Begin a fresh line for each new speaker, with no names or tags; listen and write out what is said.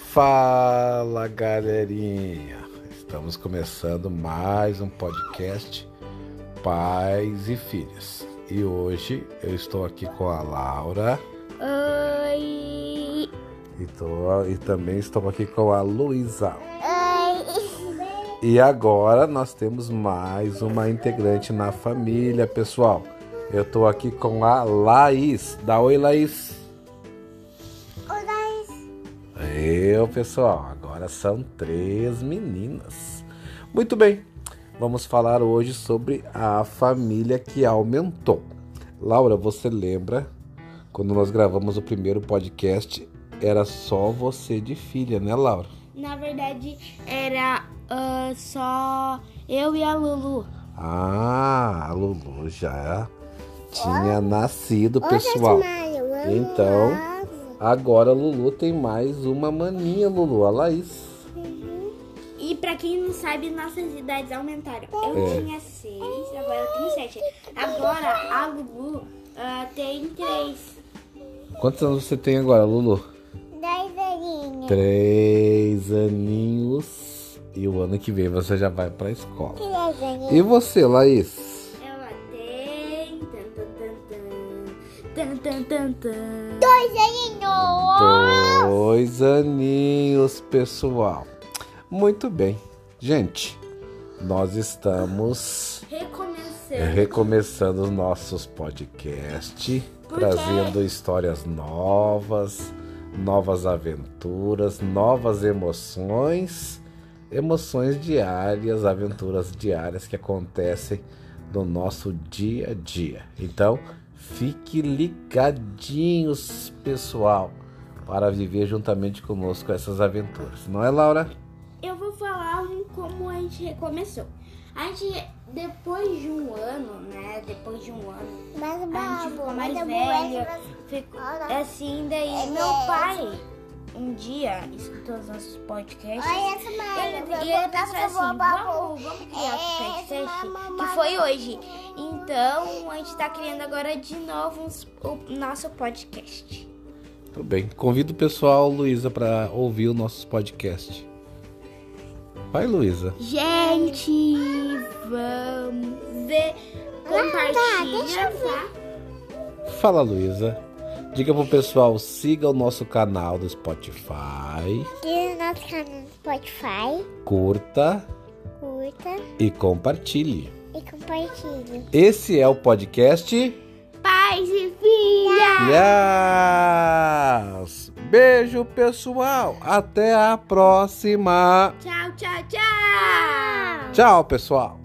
Fala galerinha, estamos começando mais um podcast Pais e Filhas. E hoje eu estou aqui com a Laura
Oi.
e, tô- e também estou aqui com a Luísa.
Oi.
E agora nós temos mais uma integrante na família, pessoal. Eu estou aqui com a Laís. Dá oi, Laís. Eu, pessoal, agora são três meninas. Muito bem, vamos falar hoje sobre a família que aumentou. Laura, você lembra quando nós gravamos o primeiro podcast? Era só você de filha, né, Laura?
Na verdade, era ah, só eu e a Lulu.
Ah, a Lulu já tinha nascido, pessoal. Então, agora a Lulu tem mais uma maninha, Lulu, a Laís.
E pra quem não sabe, nossas idades aumentaram. Eu
É.
tinha seis, agora eu tenho sete. Agora a Lulu ah, tem três.
Quantos anos você tem agora, Lulu?
Dez aninhos.
Três aninhos. E o ano que vem você já vai pra escola.
Três aninhos.
E você, Laís?
Ela tem... Tan, tan, tan, tan. Tan, tan, tan, tan.
Dois aninhos, pessoal. Muito bem. Gente, nós estamos
Recomeçando.
É, recomeçando os nossos podcasts,
Por quê?
trazendo histórias novas, novas aventuras, novas emoções, emoções diárias, aventuras diárias que acontecem no nosso dia a dia. Então, fique ligadinhos, pessoal, para viver juntamente conosco essas aventuras. Não é, Laura?
Eu vou falar um como a gente recomeçou. A gente, depois de um ano, né? Depois de um ano,
Mas
a gente ficou
babo,
mais
Ah, mas eu
velho.
vou-
Ficou assim,
É
daí meu pai um dia escutou os nossos podcasts.
Olha essa
Ele,
mãe.
e ele pensou assim, vamos, vamos criar
É,
o podcast que foi hoje. Então, a gente tá criando agora de novo uns- o nosso podcast.
Tudo bem. Convido o pessoal, Luísa, para ouvir os nossos podcasts. Vai, Luísa.
Gente, vamos ver. Compartilha, tá?
Fala, Luísa. Diga pro pessoal, siga o nosso canal do Spotify,
Aqui no nosso canal no Spotify,
curta
curta
e compartilhe.
e compartilhe.
Esse é o podcast
Pais e filha!
Yes! Beijo, pessoal. Até a próxima.
Tchau, tchau, tchau!
Tchau, pessoal.